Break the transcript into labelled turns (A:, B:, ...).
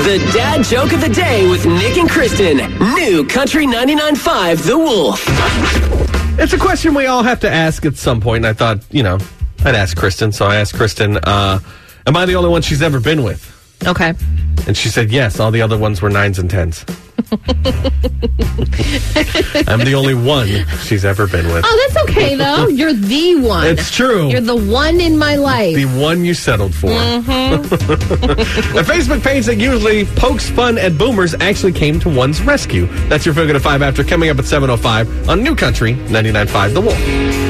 A: The dad joke of the day with Nick and Kristen. New Country 99.5 The Wolf.
B: It's a question we all have to ask at some point. And I thought, you know, I'd ask Kristen. So I asked Kristen, uh, Am I the only one she's ever been with?
C: Okay.
B: And she said, Yes, all the other ones were nines and tens. I'm the only one she's ever been with.
C: Oh, that's okay though. You're the one.
B: It's true.
C: You're the one in my life.
B: the one you settled for.
C: Mm-hmm.
B: the Facebook page that usually pokes fun at boomers actually came to one's oh rescue. That's your Figure to Five after coming up at 7.05 on New Country 99.5 The Wolf.